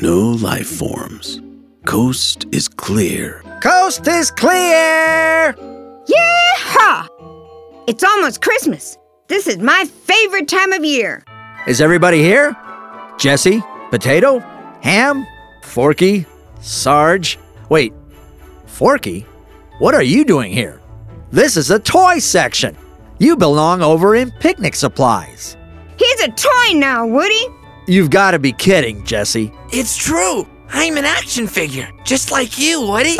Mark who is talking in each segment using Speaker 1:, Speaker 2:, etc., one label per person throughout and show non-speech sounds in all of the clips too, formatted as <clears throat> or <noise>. Speaker 1: No life forms. Coast is clear.
Speaker 2: Coast is clear!
Speaker 3: Yeehaw! It's almost Christmas. This is my favorite time of year.
Speaker 2: Is everybody here? Jesse, Potato, Ham, Forky, Sarge. Wait, Forky? What are you doing here? This is a toy section. You belong over in picnic supplies.
Speaker 3: He's a toy now, Woody.
Speaker 2: You've got to be kidding, Jesse.
Speaker 4: It's true. I'm an action figure, just like you, Woody.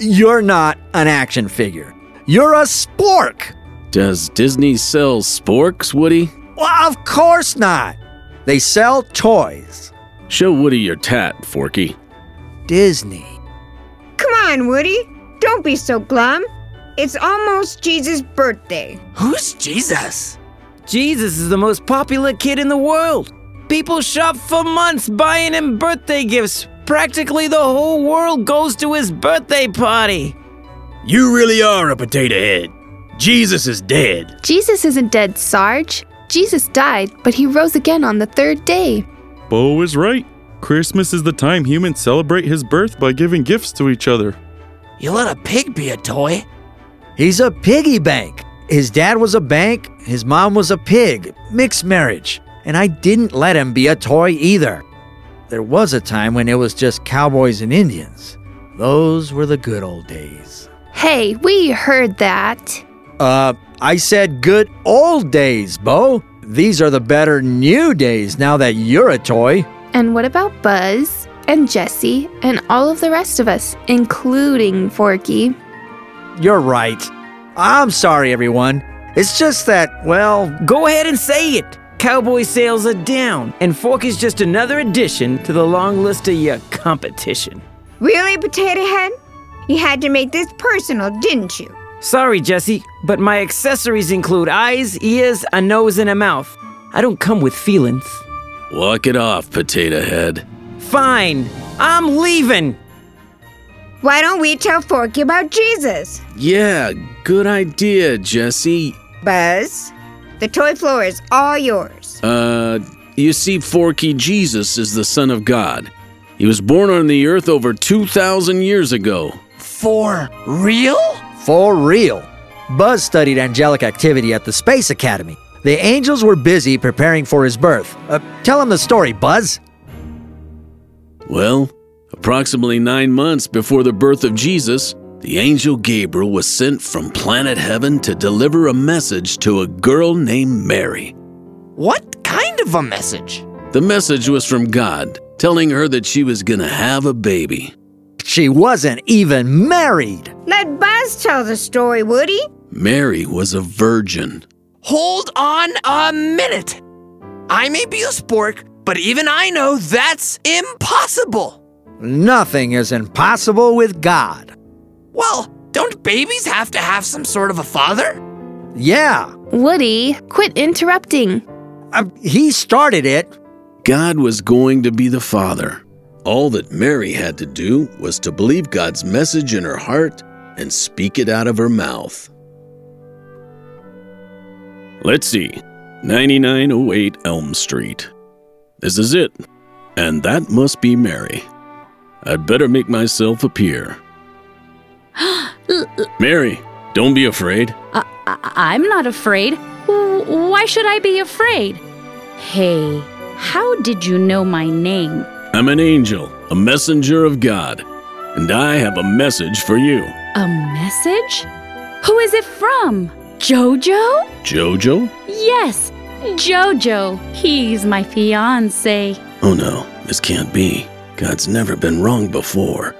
Speaker 2: You're not an action figure. You're a spork.
Speaker 1: Does Disney sell sporks, Woody?
Speaker 2: Well, of course not. They sell toys.
Speaker 1: Show Woody your tat, Forky.
Speaker 2: Disney.
Speaker 3: Come on, Woody. Don't be so glum. It's almost Jesus' birthday.
Speaker 4: Who's Jesus?
Speaker 5: Jesus is the most popular kid in the world. People shop for months buying him birthday gifts. Practically the whole world goes to his birthday party.
Speaker 6: You really are a potato head. Jesus is dead.
Speaker 7: Jesus isn't dead, Sarge. Jesus died, but he rose again on the third day.
Speaker 8: Bo is right. Christmas is the time humans celebrate his birth by giving gifts to each other.
Speaker 4: You let a pig be a toy?
Speaker 2: He's a piggy bank. His dad was a bank, his mom was a pig, mixed marriage. And I didn't let him be a toy either. There was a time when it was just cowboys and Indians. Those were the good old days.
Speaker 7: Hey, we heard that.
Speaker 2: Uh, I said good old days, Bo. These are the better new days now that you're a toy.
Speaker 7: And what about Buzz and Jesse and all of the rest of us, including Forky?
Speaker 2: You're right. I'm sorry, everyone. It's just that, well,
Speaker 5: Go ahead and say it. Cowboy sales are down, and Fork is just another addition to the long list of your competition.
Speaker 3: Really, Potato Head? You had to make this personal, didn't you?
Speaker 5: Sorry, Jesse, but my accessories include eyes, ears, a nose, and a mouth. I don't come with feelings.
Speaker 1: Walk it off, Potato Head.
Speaker 5: Fine, I'm leaving.
Speaker 3: Why don't we tell Forky about Jesus?
Speaker 1: Yeah, good idea, Jesse.
Speaker 3: Buzz, the toy floor is all yours.
Speaker 1: Uh, you see, Forky, Jesus is the Son of God. He was born on the earth over 2,000 years ago.
Speaker 4: For real?
Speaker 2: for real. Buzz studied angelic activity at the Space Academy. The angels were busy preparing for his birth. Uh, tell him the story, Buzz.
Speaker 1: Well, approximately nine months before the birth of Jesus, the angel Gabriel was sent from planet heaven to deliver a message to a girl named Mary.
Speaker 4: What kind of a message?
Speaker 1: The message was from God, telling her that she was going to have a baby.
Speaker 2: She wasn't even married.
Speaker 3: Let Buzz tell the story, Woody.
Speaker 1: Mary was a virgin.
Speaker 4: Hold on a minute. I may be a spork, but even I know that's impossible.
Speaker 2: Nothing is impossible with God.
Speaker 4: Well, don't babies have to have some sort of a father?
Speaker 2: Yeah,
Speaker 7: Woody, quit interrupting.
Speaker 2: uh, he started it.
Speaker 1: God was going to be the Father. All that Mary had to do was to believe God's message in her heart and speak it out of her mouth. Let's see. 9908 Elm Street. This is it. And that must be Mary. I'd better make myself appear. Mary, don't be afraid.
Speaker 9: I- Uh, I- I'm not afraid. W- Why should I be afraid? Hey, how did you know my name?
Speaker 1: I'm an angel, a messenger of God, and I have a message for you.
Speaker 9: A message? Who is it from? Jojo?
Speaker 1: Jojo?
Speaker 9: Yes, Jojo. He's my fiance.
Speaker 1: Oh no, this can't be. God's never been wrong before.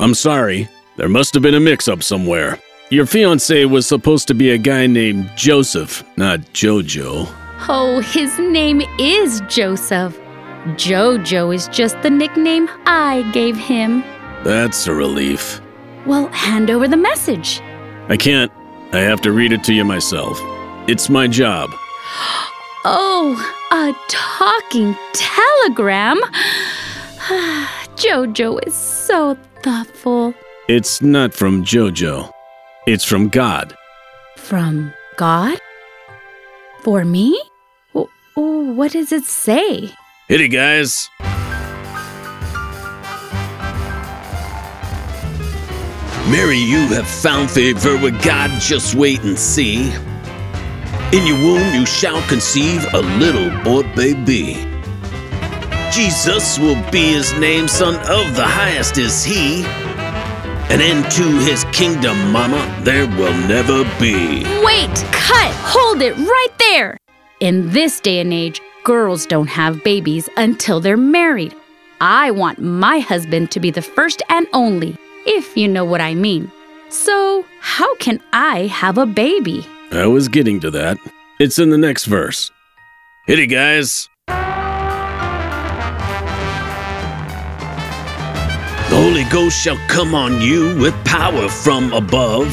Speaker 1: I'm sorry. There must have been a mix up somewhere. Your fiance was supposed to be a guy named Joseph, not Jojo.
Speaker 9: Oh, his name is Joseph. Jojo is just the nickname I gave him.
Speaker 1: That's a relief.
Speaker 9: Well, hand over the message.
Speaker 1: I can't. I have to read it to you myself. It's my job.
Speaker 9: Oh, a talking telegram? <sighs> Jojo is so thoughtful.
Speaker 1: It's not from Jojo, it's from God.
Speaker 9: From God? For me? W- what does it say?
Speaker 1: Hit it, guys. Mary, you have found favor with God, just wait and see. In your womb you shall conceive a little boy baby. Jesus will be his name, son of the highest is he. And into his kingdom, mama, there will never be.
Speaker 9: Wait, cut, hold it right there. In this day and age, girls don't have babies until they're married. I want my husband to be the first and only, if you know what I mean. So, how can I have a baby?
Speaker 1: I was getting to that. It's in the next verse. Hit it, guys. The Holy Ghost shall come on you with power from above.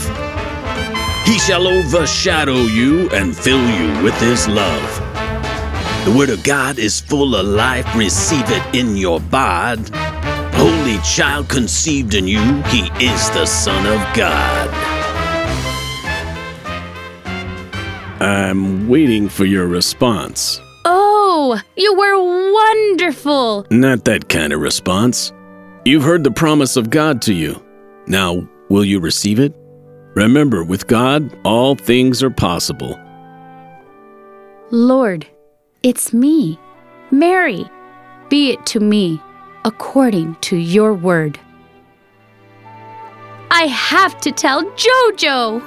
Speaker 1: He shall overshadow you and fill you with his love. The Word of God is full of life, receive it in your bod. Holy child conceived in you, he is the Son of God. I'm waiting for your response.
Speaker 9: Oh, you were wonderful.
Speaker 1: Not that kind of response. You've heard the promise of God to you. Now, will you receive it? Remember, with God, all things are possible.
Speaker 9: Lord, it's me, Mary. Be it to me according to your word. I have to tell JoJo.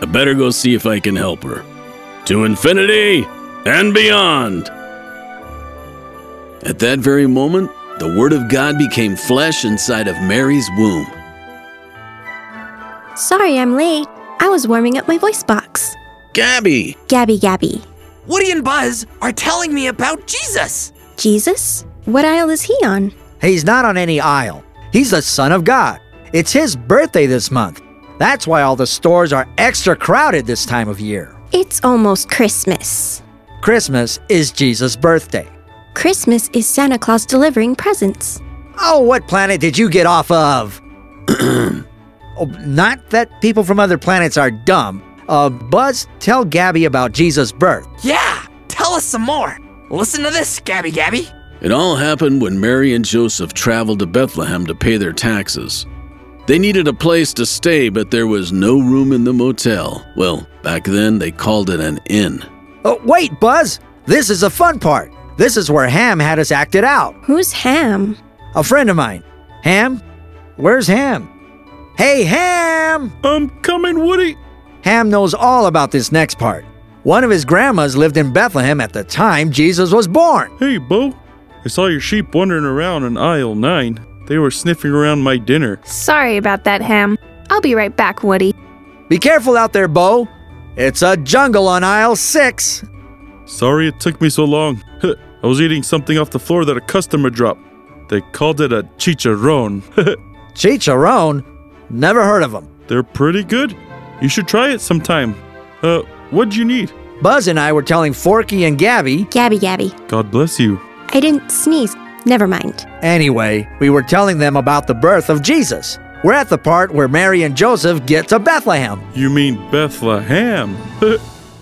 Speaker 1: I better go see if I can help her. To infinity and beyond! At that very moment, the Word of God became flesh inside of Mary's womb.
Speaker 10: Sorry I'm late. I was warming up my voice box.
Speaker 1: Gabby!
Speaker 10: Gabby Gabby.
Speaker 4: Woody and Buzz are telling me about Jesus.
Speaker 10: Jesus? What aisle is he on?
Speaker 2: He's not on any aisle. He's the Son of God. It's his birthday this month. That's why all the stores are extra crowded this time of year.
Speaker 10: It's almost Christmas.
Speaker 2: Christmas is Jesus' birthday.
Speaker 10: Christmas is Santa Claus delivering presents.
Speaker 2: Oh, what planet did you get off of? <clears throat> oh, not that people from other planets are dumb. Uh, Buzz, tell Gabby about Jesus' birth.
Speaker 4: Yeah, tell us some more. Listen to this, Gabby Gabby.
Speaker 1: It all happened when Mary and Joseph traveled to Bethlehem to pay their taxes. They needed a place to stay, but there was no room in the motel. Well, back then they called it an inn.
Speaker 2: Oh, wait, Buzz! This is the fun part. This is where Ham had us acted out.
Speaker 10: Who's Ham?
Speaker 2: A friend of mine. Ham? Where's Ham? Hey, Ham!
Speaker 8: I'm coming, Woody.
Speaker 2: Ham knows all about this next part. One of his grandmas lived in Bethlehem at the time Jesus was born.
Speaker 8: Hey, Bo. I saw your sheep wandering around in aisle nine. They were sniffing around my dinner.
Speaker 7: Sorry about that, Ham. I'll be right back, Woody.
Speaker 2: Be careful out there, Bo. It's a jungle on aisle six.
Speaker 8: Sorry it took me so long. Huh, I was eating something off the floor that a customer dropped. They called it a chicharron. <laughs>
Speaker 2: Chicharron? Never heard of him.
Speaker 8: They're pretty good. You should try it sometime. Uh, what'd you need?
Speaker 2: Buzz and I were telling Forky and Gabby.
Speaker 10: Gabby Gabby.
Speaker 8: God bless you.
Speaker 10: I didn't sneeze. Never mind.
Speaker 2: Anyway, we were telling them about the birth of Jesus. We're at the part where Mary and Joseph get to Bethlehem.
Speaker 8: You mean Bethlehem?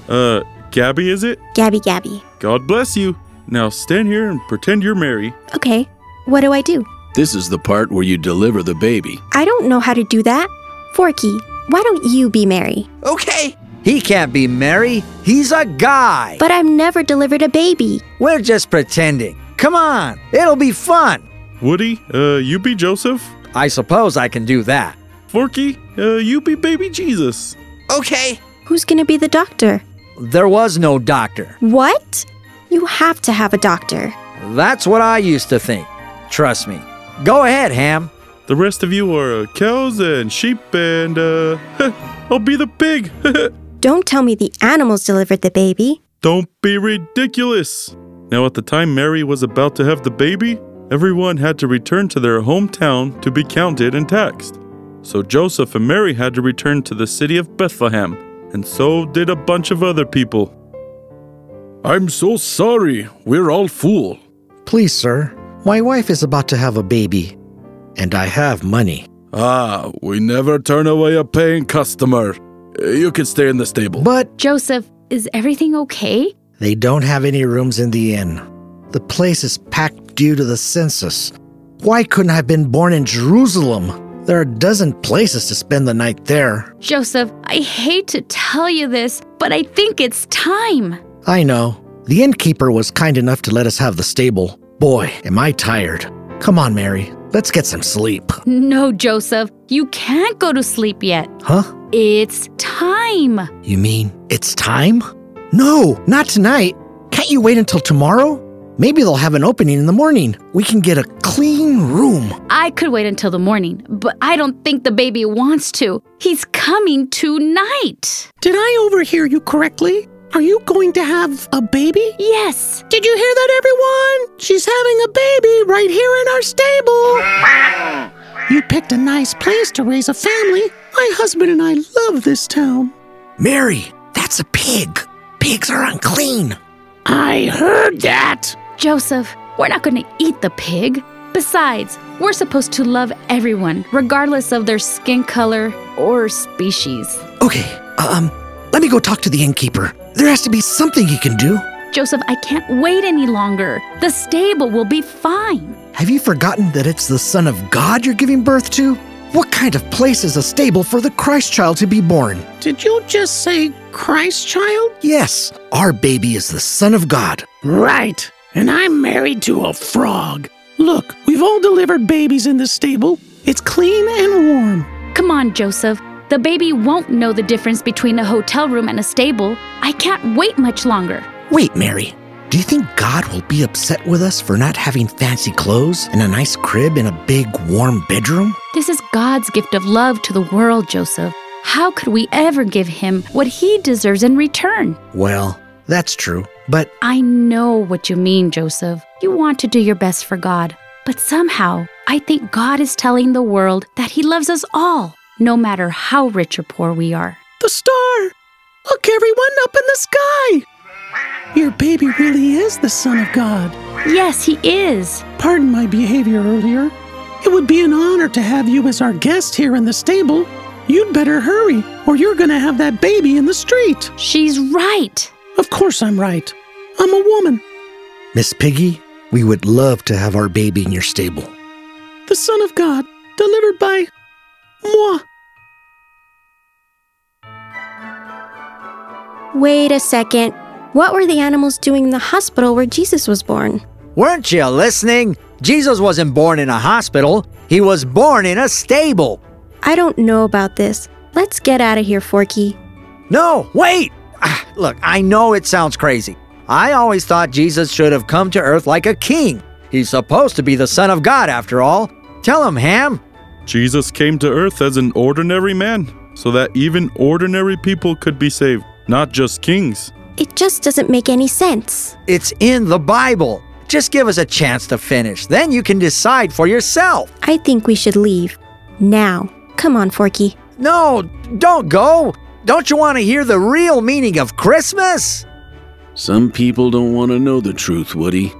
Speaker 8: uh, Gabby, is it?
Speaker 10: Gabby Gabby.
Speaker 8: God bless you. Now stand here and pretend you're Mary.
Speaker 10: Okay. What do I do?
Speaker 1: This is the part where you deliver the baby.
Speaker 10: I don't know how to do that. Forky, why don't you be Mary?
Speaker 4: Okay,
Speaker 2: He can't be Mary. He's a guy.
Speaker 10: But I've never delivered a baby.
Speaker 2: we're just pretending. Come on, it'll be fun.
Speaker 8: Woody, uh, you be Joseph.
Speaker 2: I suppose I can do that.
Speaker 8: Forky, uh, you be baby Jesus.
Speaker 4: okay.
Speaker 10: Who's gonna be the doctor?
Speaker 2: There was no doctor.
Speaker 10: What? You have to have a doctor.
Speaker 2: That's what I used to think. Trust me. Go ahead, Ham.
Speaker 8: The rest of you are uh, cows and sheep, and uh, <laughs> I'll be the pig. <laughs>
Speaker 10: Don't tell me the animals delivered the baby.
Speaker 8: Don't be ridiculous. Now, at the time Mary was about to have the baby, everyone had to return to their hometown to be counted and taxed. So Joseph and Mary had to return to the city of Bethlehem, and so did a bunch of other people.
Speaker 6: I'm so sorry. We're all fool.
Speaker 11: Please, sir, my wife is about to have a baby, and I have money.
Speaker 6: Ah, we never turn away a paying customer. Uh, You can stay in the stable.
Speaker 11: But
Speaker 9: Joseph, is everything okay?
Speaker 11: they don't have any rooms in the inn. The place is packed due to the census. Why couldn't I have been born in Jerusalem? There are a dozen places to spend the night there.
Speaker 9: Joseph, I hate to tell you this, but I think it's time.
Speaker 11: I know. The innkeeper was kind enough to let us have the stable. Boy, am I tired. Come on, Mary. Let's get some sleep.
Speaker 9: No, Joseph, you can't go to sleep yet.
Speaker 11: Huh?
Speaker 9: It's time.
Speaker 11: You mean it's time? No, not tonight. Can't you wait until tomorrow? Maybe they'll have an opening in the morning. We can get a clean room.
Speaker 9: I could wait until the morning, but I don't think the baby wants to. He's coming tonight.
Speaker 12: Did I overhear you correctly? Are you going to have a baby?
Speaker 9: Yes.
Speaker 12: Did you hear that, everyone? She's having a baby right here in our stable. you picked a nice place to raise a family. My husband and I love this town.
Speaker 11: Mary, that's a pig. Pigs are unclean.
Speaker 12: I heard that.
Speaker 9: Joseph, we're not going to eat the pig. Besides, we're supposed to love everyone, regardless of their skin color or species.
Speaker 11: Okay, um, let me go talk to the innkeeper. There has to be something he can do.
Speaker 9: Joseph, I can't wait any longer. The stable will be fine.
Speaker 11: Have you forgotten that it's the Son of God you're giving birth to? What kind of place is a stable for the Christ child to be born?
Speaker 12: Did you just say Christ child?
Speaker 11: Yes, our baby is the Son of God.
Speaker 12: Right, and I'm married to a frog. Look, we've all delivered babies in this stable. It's clean and warm.
Speaker 9: Come on, Joseph. The baby won't know the difference between a hotel room and a stable. I can't wait much longer.
Speaker 11: Wait, Mary. Do you think God will be upset with us for not having fancy clothes and a nice crib in a big, warm bedroom?
Speaker 9: This is God's gift of love to the world, Joseph. How could we ever give him what he deserves in return?
Speaker 11: Well, that's true, but.
Speaker 9: I know what you mean, Joseph. You want to do your best for God, but somehow, I think God is telling the world that he loves us all, no matter how rich or poor we are.
Speaker 12: The star! Look, everyone up in the sky! Your baby really is the Son of God.
Speaker 9: Yes, he is.
Speaker 12: Pardon my behavior earlier. It would be an honor to have you as our guest here in the stable. You'd better hurry, or you're going to have that baby in the street.
Speaker 9: She's right.
Speaker 12: Of course I'm right. I'm a woman.
Speaker 11: Miss Piggy, we would love to have our baby in your stable.
Speaker 12: The Son of God, delivered by moi.
Speaker 10: Wait a second. What were the animals doing in the hospital where Jesus was born?
Speaker 2: Weren't you listening? Jesus wasn't born in a hospital, he was born in a stable.
Speaker 10: I don't know about this. Let's get out of here, Forky.
Speaker 2: No, wait! Ah, look, I know it sounds crazy. I always thought Jesus should have come to earth like a king. He's supposed to be the Son of God, after all. Tell him, Ham.
Speaker 8: Jesus came to earth as an ordinary man so that even ordinary people could be saved, not just kings.
Speaker 10: It just doesn't make any sense.
Speaker 2: It's in the Bible. Just give us a chance to finish. Then you can decide for yourself.
Speaker 10: I think we should leave. Now. Come on, Forky.
Speaker 2: No, don't go. Don't you want to hear the real meaning of Christmas?
Speaker 1: Some people don't want to know the truth, Woody.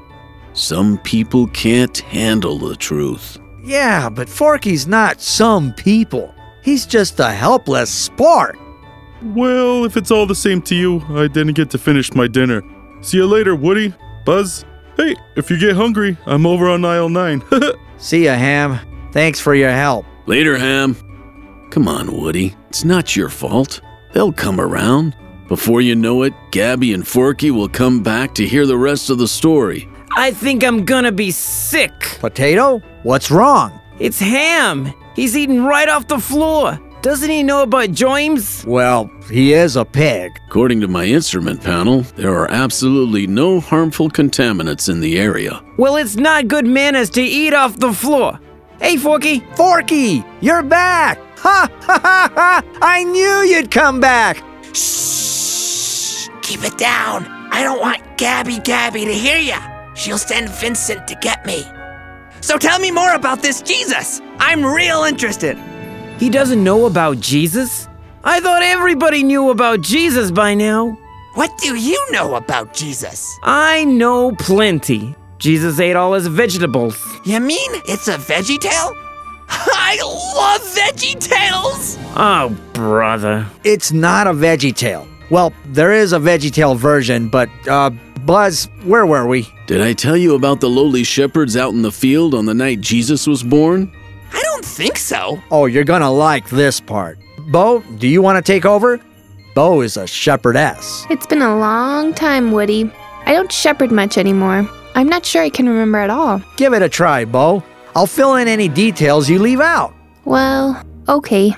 Speaker 1: Some people can't handle the truth.
Speaker 2: Yeah, but Forky's not some people. He's just a helpless spark.
Speaker 8: Well, if it's all the same to you, I didn't get to finish my dinner. See you later, Woody, Buzz. Hey, if you get hungry, I'm over on aisle <laughs> 9.
Speaker 2: See ya, Ham. Thanks for your help.
Speaker 1: Later, Ham. Come on, Woody. It's not your fault. They'll come around. Before you know it, Gabby and Forky will come back to hear the rest of the story.
Speaker 5: I think I'm gonna be sick.
Speaker 2: Potato, what's wrong?
Speaker 5: It's Ham. He's eating right off the floor. Doesn't he know about James?
Speaker 2: Well, he is a pig.
Speaker 1: According to my instrument panel, there are absolutely no harmful contaminants in the area.
Speaker 5: Well, it's not good manners to eat off the floor. Hey, Forky.
Speaker 2: Forky, you're back. Ha ha ha ha. I knew you'd come back.
Speaker 4: Shh. Keep it down. I don't want Gabby Gabby to hear ya. She'll send Vincent to get me. So tell me more about this Jesus. I'm real interested.
Speaker 5: He doesn't know about Jesus? I thought everybody knew about Jesus by now.
Speaker 4: What do you know about Jesus?
Speaker 5: I know plenty. Jesus ate all his vegetables.
Speaker 4: You mean it's a veggie tale? I love veggie tales!
Speaker 5: Oh, brother.
Speaker 2: It's not a veggie tale. Well, there is a veggie tale version, but, uh, Buzz, where were we?
Speaker 1: Did I tell you about the lowly shepherds out in the field on the night Jesus was born?
Speaker 4: I don't think so.
Speaker 2: Oh, you're gonna like this part. Bo, do you want to take over? Bo is a shepherdess.
Speaker 7: It's been a long time, Woody. I don't shepherd much anymore. I'm not sure I can remember at all.
Speaker 2: Give it a try, Bo. I'll fill in any details you leave out.
Speaker 7: Well, okay.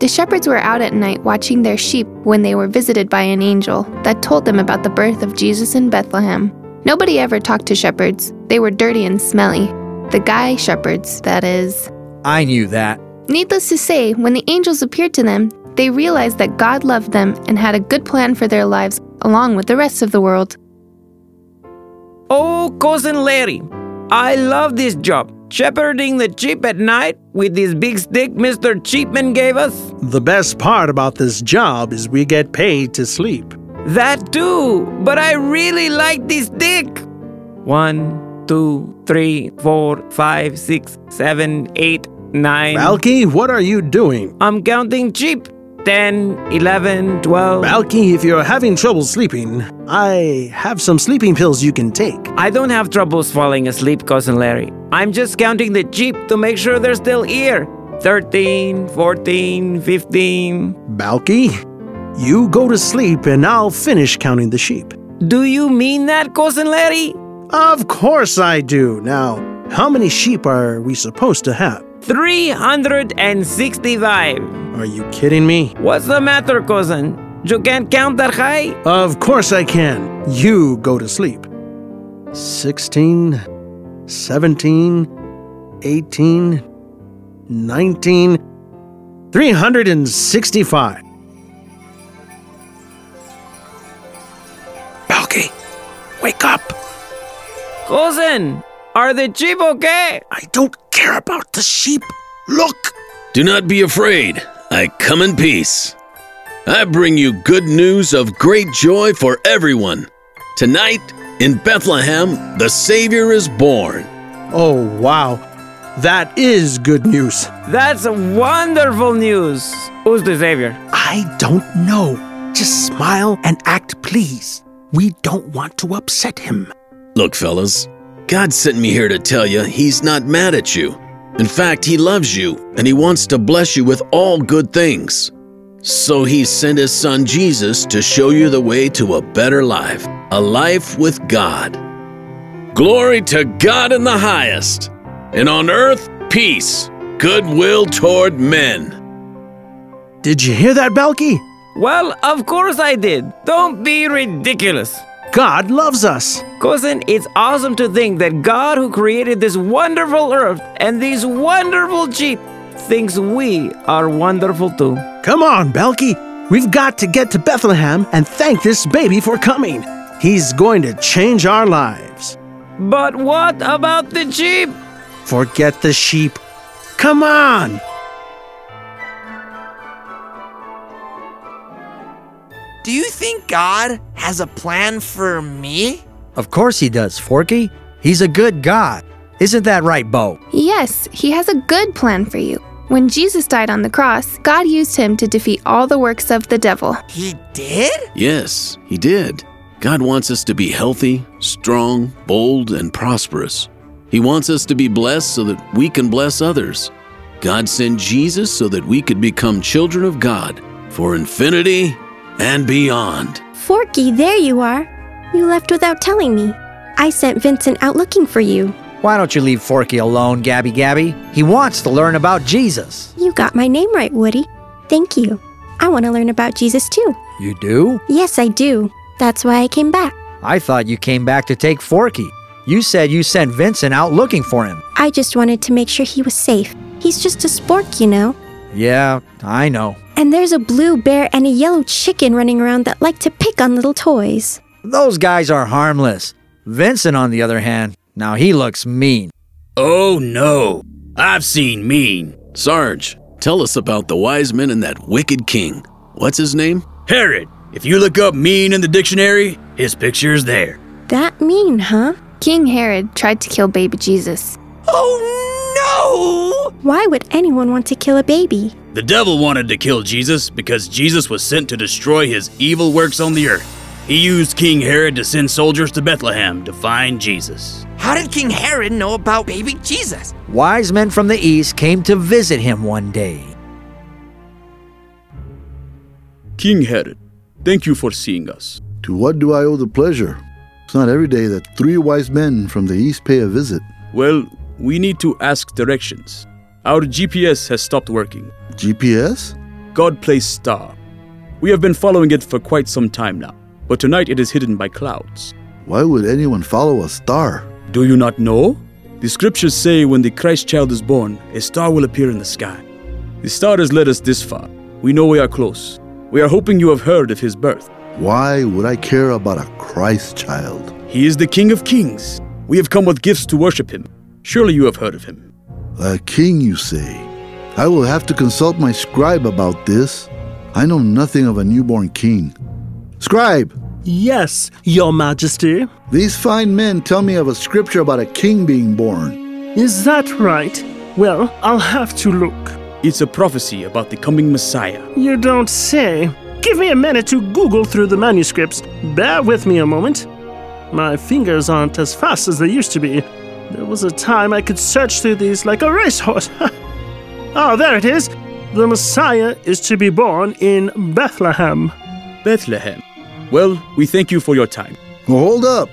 Speaker 7: The shepherds were out at night watching their sheep when they were visited by an angel that told them about the birth of Jesus in Bethlehem. Nobody ever talked to shepherds. They were dirty and smelly. The guy shepherds, that is.
Speaker 2: I knew that.
Speaker 7: Needless to say, when the angels appeared to them, they realized that God loved them and had a good plan for their lives along with the rest of the world.
Speaker 5: Oh, cousin Larry, I love this job. Shepherding the sheep at night with this big stick Mr. Cheapman gave us.
Speaker 13: The best part about this job is we get paid to sleep.
Speaker 5: That too, but I really like this stick. One, two, three, four, five, six, seven, eight, nine.
Speaker 13: Balky, what are you doing?
Speaker 5: I'm counting sheep. 10, 11, 12.
Speaker 13: Balky, if you're having trouble sleeping, I have some sleeping pills you can take.
Speaker 5: I don't have troubles falling asleep, Cousin Larry. I'm just counting the sheep to make sure they're still here. 13, 14, 15.
Speaker 13: Balky, you go to sleep and I'll finish counting the sheep.
Speaker 5: Do you mean that, Cousin Larry?
Speaker 13: Of course I do. Now, how many sheep are we supposed to have?
Speaker 5: 365.
Speaker 13: Are you kidding me?
Speaker 5: What's the matter, cousin? You can't count that high?
Speaker 13: Of course I can. You go to sleep. 16, 17, 18, 19, 365.
Speaker 4: Balky, wake up.
Speaker 5: Cousin, are the sheep okay?
Speaker 4: I don't care about the sheep. Look!
Speaker 1: Do not be afraid. I come in peace. I bring you good news of great joy for everyone. Tonight, in Bethlehem, the Savior is born.
Speaker 13: Oh, wow. That is good news.
Speaker 5: That's wonderful news. Who's the Savior?
Speaker 12: I don't know. Just smile and act pleased. We don't want to upset him.
Speaker 1: Look, fellas, God sent me here to tell you He's not mad at you. In fact, He loves you and He wants to bless you with all good things. So He sent His Son Jesus to show you the way to a better life, a life with God. Glory to God in the highest, and on earth, peace, goodwill toward men.
Speaker 13: Did you hear that, Balky?
Speaker 5: Well, of course I did. Don't be ridiculous.
Speaker 13: God loves us.
Speaker 5: Cousin, it's awesome to think that God, who created this wonderful earth and these wonderful sheep, thinks we are wonderful too.
Speaker 13: Come on, Belky. We've got to get to Bethlehem and thank this baby for coming. He's going to change our lives.
Speaker 5: But what about the sheep?
Speaker 13: Forget the sheep. Come on.
Speaker 4: Do you think God has a plan for me?
Speaker 2: Of course he does, Forky. He's a good God. Isn't that right, Bo?
Speaker 7: Yes, he has a good plan for you. When Jesus died on the cross, God used him to defeat all the works of the devil.
Speaker 4: He did?
Speaker 1: Yes, he did. God wants us to be healthy, strong, bold, and prosperous. He wants us to be blessed so that we can bless others. God sent Jesus so that we could become children of God for infinity and beyond.
Speaker 10: Forky, there you are. You left without telling me. I sent Vincent out looking for you.
Speaker 2: Why don't you leave Forky alone, Gabby Gabby? He wants to learn about Jesus.
Speaker 10: You got my name right, Woody. Thank you. I want to learn about Jesus too.
Speaker 2: You do?
Speaker 10: Yes, I do. That's why I came back.
Speaker 2: I thought you came back to take Forky. You said you sent Vincent out looking for him.
Speaker 10: I just wanted to make sure he was safe. He's just a spork, you know.
Speaker 2: Yeah, I know.
Speaker 10: And there's a blue bear and a yellow chicken running around that like to pick on little toys.
Speaker 2: Those guys are harmless. Vincent, on the other hand, now he looks mean.
Speaker 6: Oh no, I've seen mean.
Speaker 1: Sarge, tell us about the wise men and that wicked king. What's his name?
Speaker 6: Herod. If you look up mean in the dictionary, his picture's there.
Speaker 10: That mean, huh?
Speaker 7: King Herod tried to kill baby Jesus.
Speaker 4: Oh no!
Speaker 10: Why would anyone want to kill a baby?
Speaker 6: The devil wanted to kill Jesus because Jesus was sent to destroy his evil works on the earth. He used King Herod to send soldiers to Bethlehem to find Jesus.
Speaker 4: How did King Herod know about baby Jesus?
Speaker 2: Wise men from the east came to visit him one day.
Speaker 14: King Herod, thank you for seeing us.
Speaker 15: To what do I owe the pleasure? It's not every day that three wise men from the east pay a visit.
Speaker 14: Well, we need to ask directions. Our GPS has stopped working.
Speaker 15: GPS?
Speaker 14: God placed star. We have been following it for quite some time now, but tonight it is hidden by clouds.
Speaker 15: Why would anyone follow a star?
Speaker 14: Do you not know? The scriptures say when the Christ child is born, a star will appear in the sky. The star has led us this far. We know we are close. We are hoping you have heard of his birth.
Speaker 15: Why would I care about a Christ child?
Speaker 14: He is the King of Kings. We have come with gifts to worship him. Surely you have heard of him.
Speaker 15: A king, you say? I will have to consult my scribe about this. I know nothing of a newborn king. Scribe!
Speaker 12: Yes, Your Majesty.
Speaker 15: These fine men tell me of a scripture about a king being born.
Speaker 12: Is that right? Well, I'll have to look.
Speaker 14: It's a prophecy about the coming Messiah.
Speaker 12: You don't say. Give me a minute to Google through the manuscripts. Bear with me a moment. My fingers aren't as fast as they used to be. There was a time I could search through these like a racehorse. <laughs> oh, there it is. The Messiah is to be born in Bethlehem.
Speaker 14: Bethlehem. Well, we thank you for your time.
Speaker 15: Well, hold up.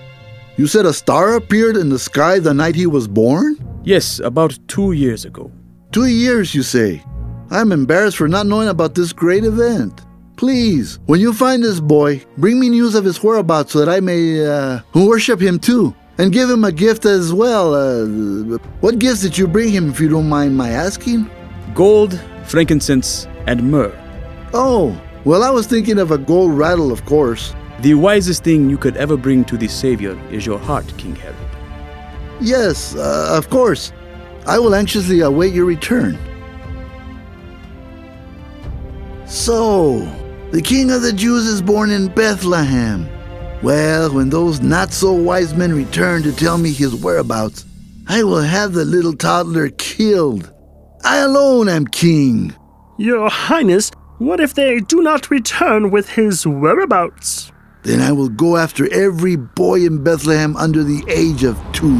Speaker 15: You said a star appeared in the sky the night he was born?
Speaker 14: Yes, about two years ago.
Speaker 15: Two years, you say? I'm embarrassed for not knowing about this great event. Please, when you find this boy, bring me news of his whereabouts so that I may uh, worship him too. And give him a gift as well. Uh, what gifts did you bring him, if you don't mind my asking?
Speaker 14: Gold, frankincense, and myrrh.
Speaker 15: Oh, well, I was thinking of a gold rattle, of course.
Speaker 14: The wisest thing you could ever bring to the Savior is your heart, King Herod.
Speaker 15: Yes, uh, of course. I will anxiously await your return. So, the King of the Jews is born in Bethlehem. Well, when those not so wise men return to tell me his whereabouts, I will have the little toddler killed. I alone am king.
Speaker 12: Your Highness, what if they do not return with his whereabouts?
Speaker 15: Then I will go after every boy in Bethlehem under the age of two.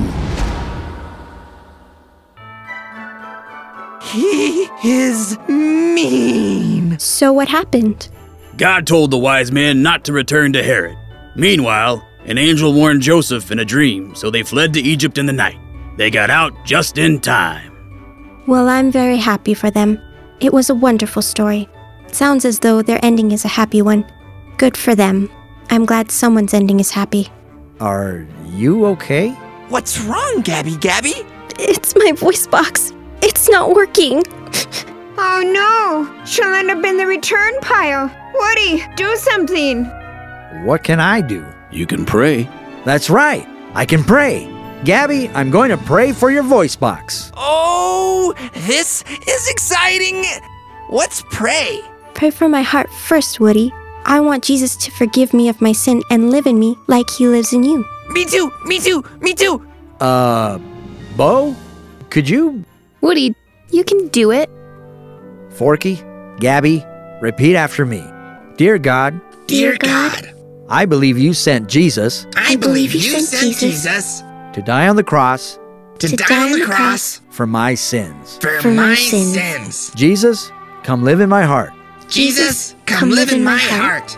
Speaker 4: He is mean.
Speaker 10: So, what happened?
Speaker 6: God told the wise men not to return to Herod. Meanwhile, an angel warned Joseph in a dream, so they fled to Egypt in the night. They got out just in time.
Speaker 10: Well, I'm very happy for them. It was a wonderful story. Sounds as though their ending is a happy one. Good for them. I'm glad someone's ending is happy.
Speaker 2: Are you okay?
Speaker 4: What's wrong, Gabby Gabby?
Speaker 10: It's my voice box. It's not working.
Speaker 3: oh no! She'll end up in the return pile. Woody, do something.
Speaker 2: What can I do?
Speaker 1: You can pray.
Speaker 2: That's right. I can pray. Gabby, I'm going to pray for your voice box.
Speaker 4: Oh, this is exciting. What's pray?
Speaker 10: Pray for my heart first, Woody. I want Jesus to forgive me of my sin and live in me like he lives in you.
Speaker 4: Me too, me too, me too.
Speaker 2: Uh, Bo, could you?
Speaker 7: Woody, you can do it.
Speaker 2: Forky, Gabby, repeat after me. Dear God,
Speaker 16: Dear God,
Speaker 2: I believe you sent Jesus
Speaker 16: I believe you sent Jesus
Speaker 2: to die on the cross
Speaker 16: to die on the cross
Speaker 2: for my sins.
Speaker 16: for my sins.
Speaker 2: Jesus, come live in my heart.
Speaker 16: Jesus, come live in my heart.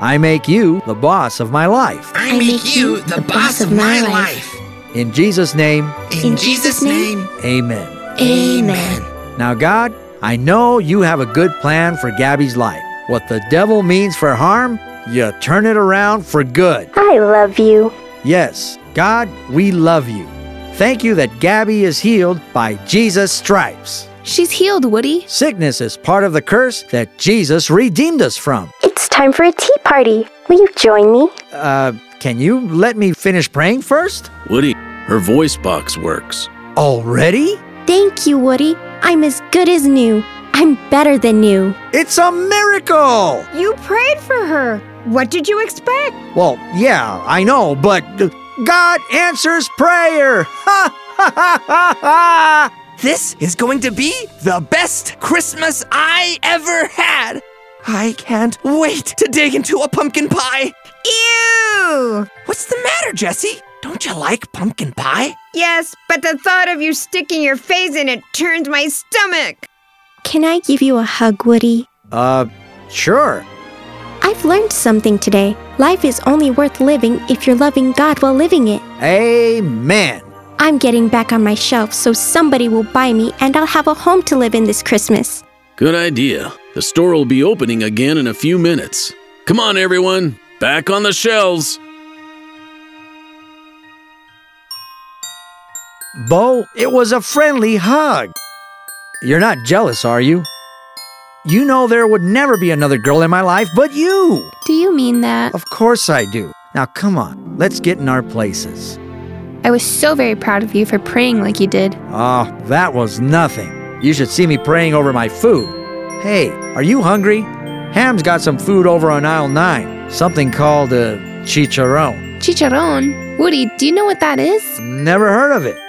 Speaker 2: I make you the boss of my life.
Speaker 16: I make you the boss of my life.
Speaker 2: In Jesus' name,
Speaker 16: In Jesus' name,
Speaker 2: amen.
Speaker 16: amen.
Speaker 2: Now, God, I know you have a good plan for Gabby's life. What the devil means for harm, you turn it around for good.
Speaker 10: I love you.
Speaker 2: Yes, God, we love you. Thank you that Gabby is healed by Jesus' stripes.
Speaker 7: She's healed, Woody.
Speaker 2: Sickness is part of the curse that Jesus redeemed us from.
Speaker 10: It's time for a tea party. Will you join me?
Speaker 2: Uh, can you let me finish praying first?
Speaker 1: Woody, her voice box works.
Speaker 2: Already?
Speaker 10: Thank you, Woody. I'm as good as new. I'm better than new.
Speaker 2: It's a
Speaker 10: Oh.
Speaker 2: miracle!
Speaker 3: You prayed for her. What did you expect? <laughs>
Speaker 2: Well, yeah, I know, but uh, God answers prayer! Ha ha ha ha ha!
Speaker 4: <laughs> This is going to be the best Christmas I ever had. I can't wait to dig into a pumpkin pie.
Speaker 3: Ew!
Speaker 4: What's the matter, Jesse? Don't you like pumpkin pie?
Speaker 3: Yes, but the thought of you sticking your face in it turns my stomach.
Speaker 10: Can I give you a hug, Woody?
Speaker 2: Uh, sure.
Speaker 10: I've learned something today. Life is only worth living if you're loving God while living it.
Speaker 2: Amen.
Speaker 10: I'm getting back on my shelf so somebody will buy me and I'll have a home to live in this Christmas.
Speaker 1: Good idea. The store will be opening again in a few minutes. Come on, everyone, back on the shelves.
Speaker 2: Bo, it was a friendly hug. You're not jealous, are you? You know there would never be another girl in my life but you.
Speaker 7: Do you mean that?
Speaker 2: Of course I do. Now come on, let's get in our places.
Speaker 7: I was so very proud of you for praying like you did.
Speaker 2: Oh, that was nothing. You should see me praying over my food. Hey, are you hungry? Ham's got some food over on aisle 9, something called a chicharron.
Speaker 7: Chicharron? Woody, do you know what that is?
Speaker 2: Never heard of it.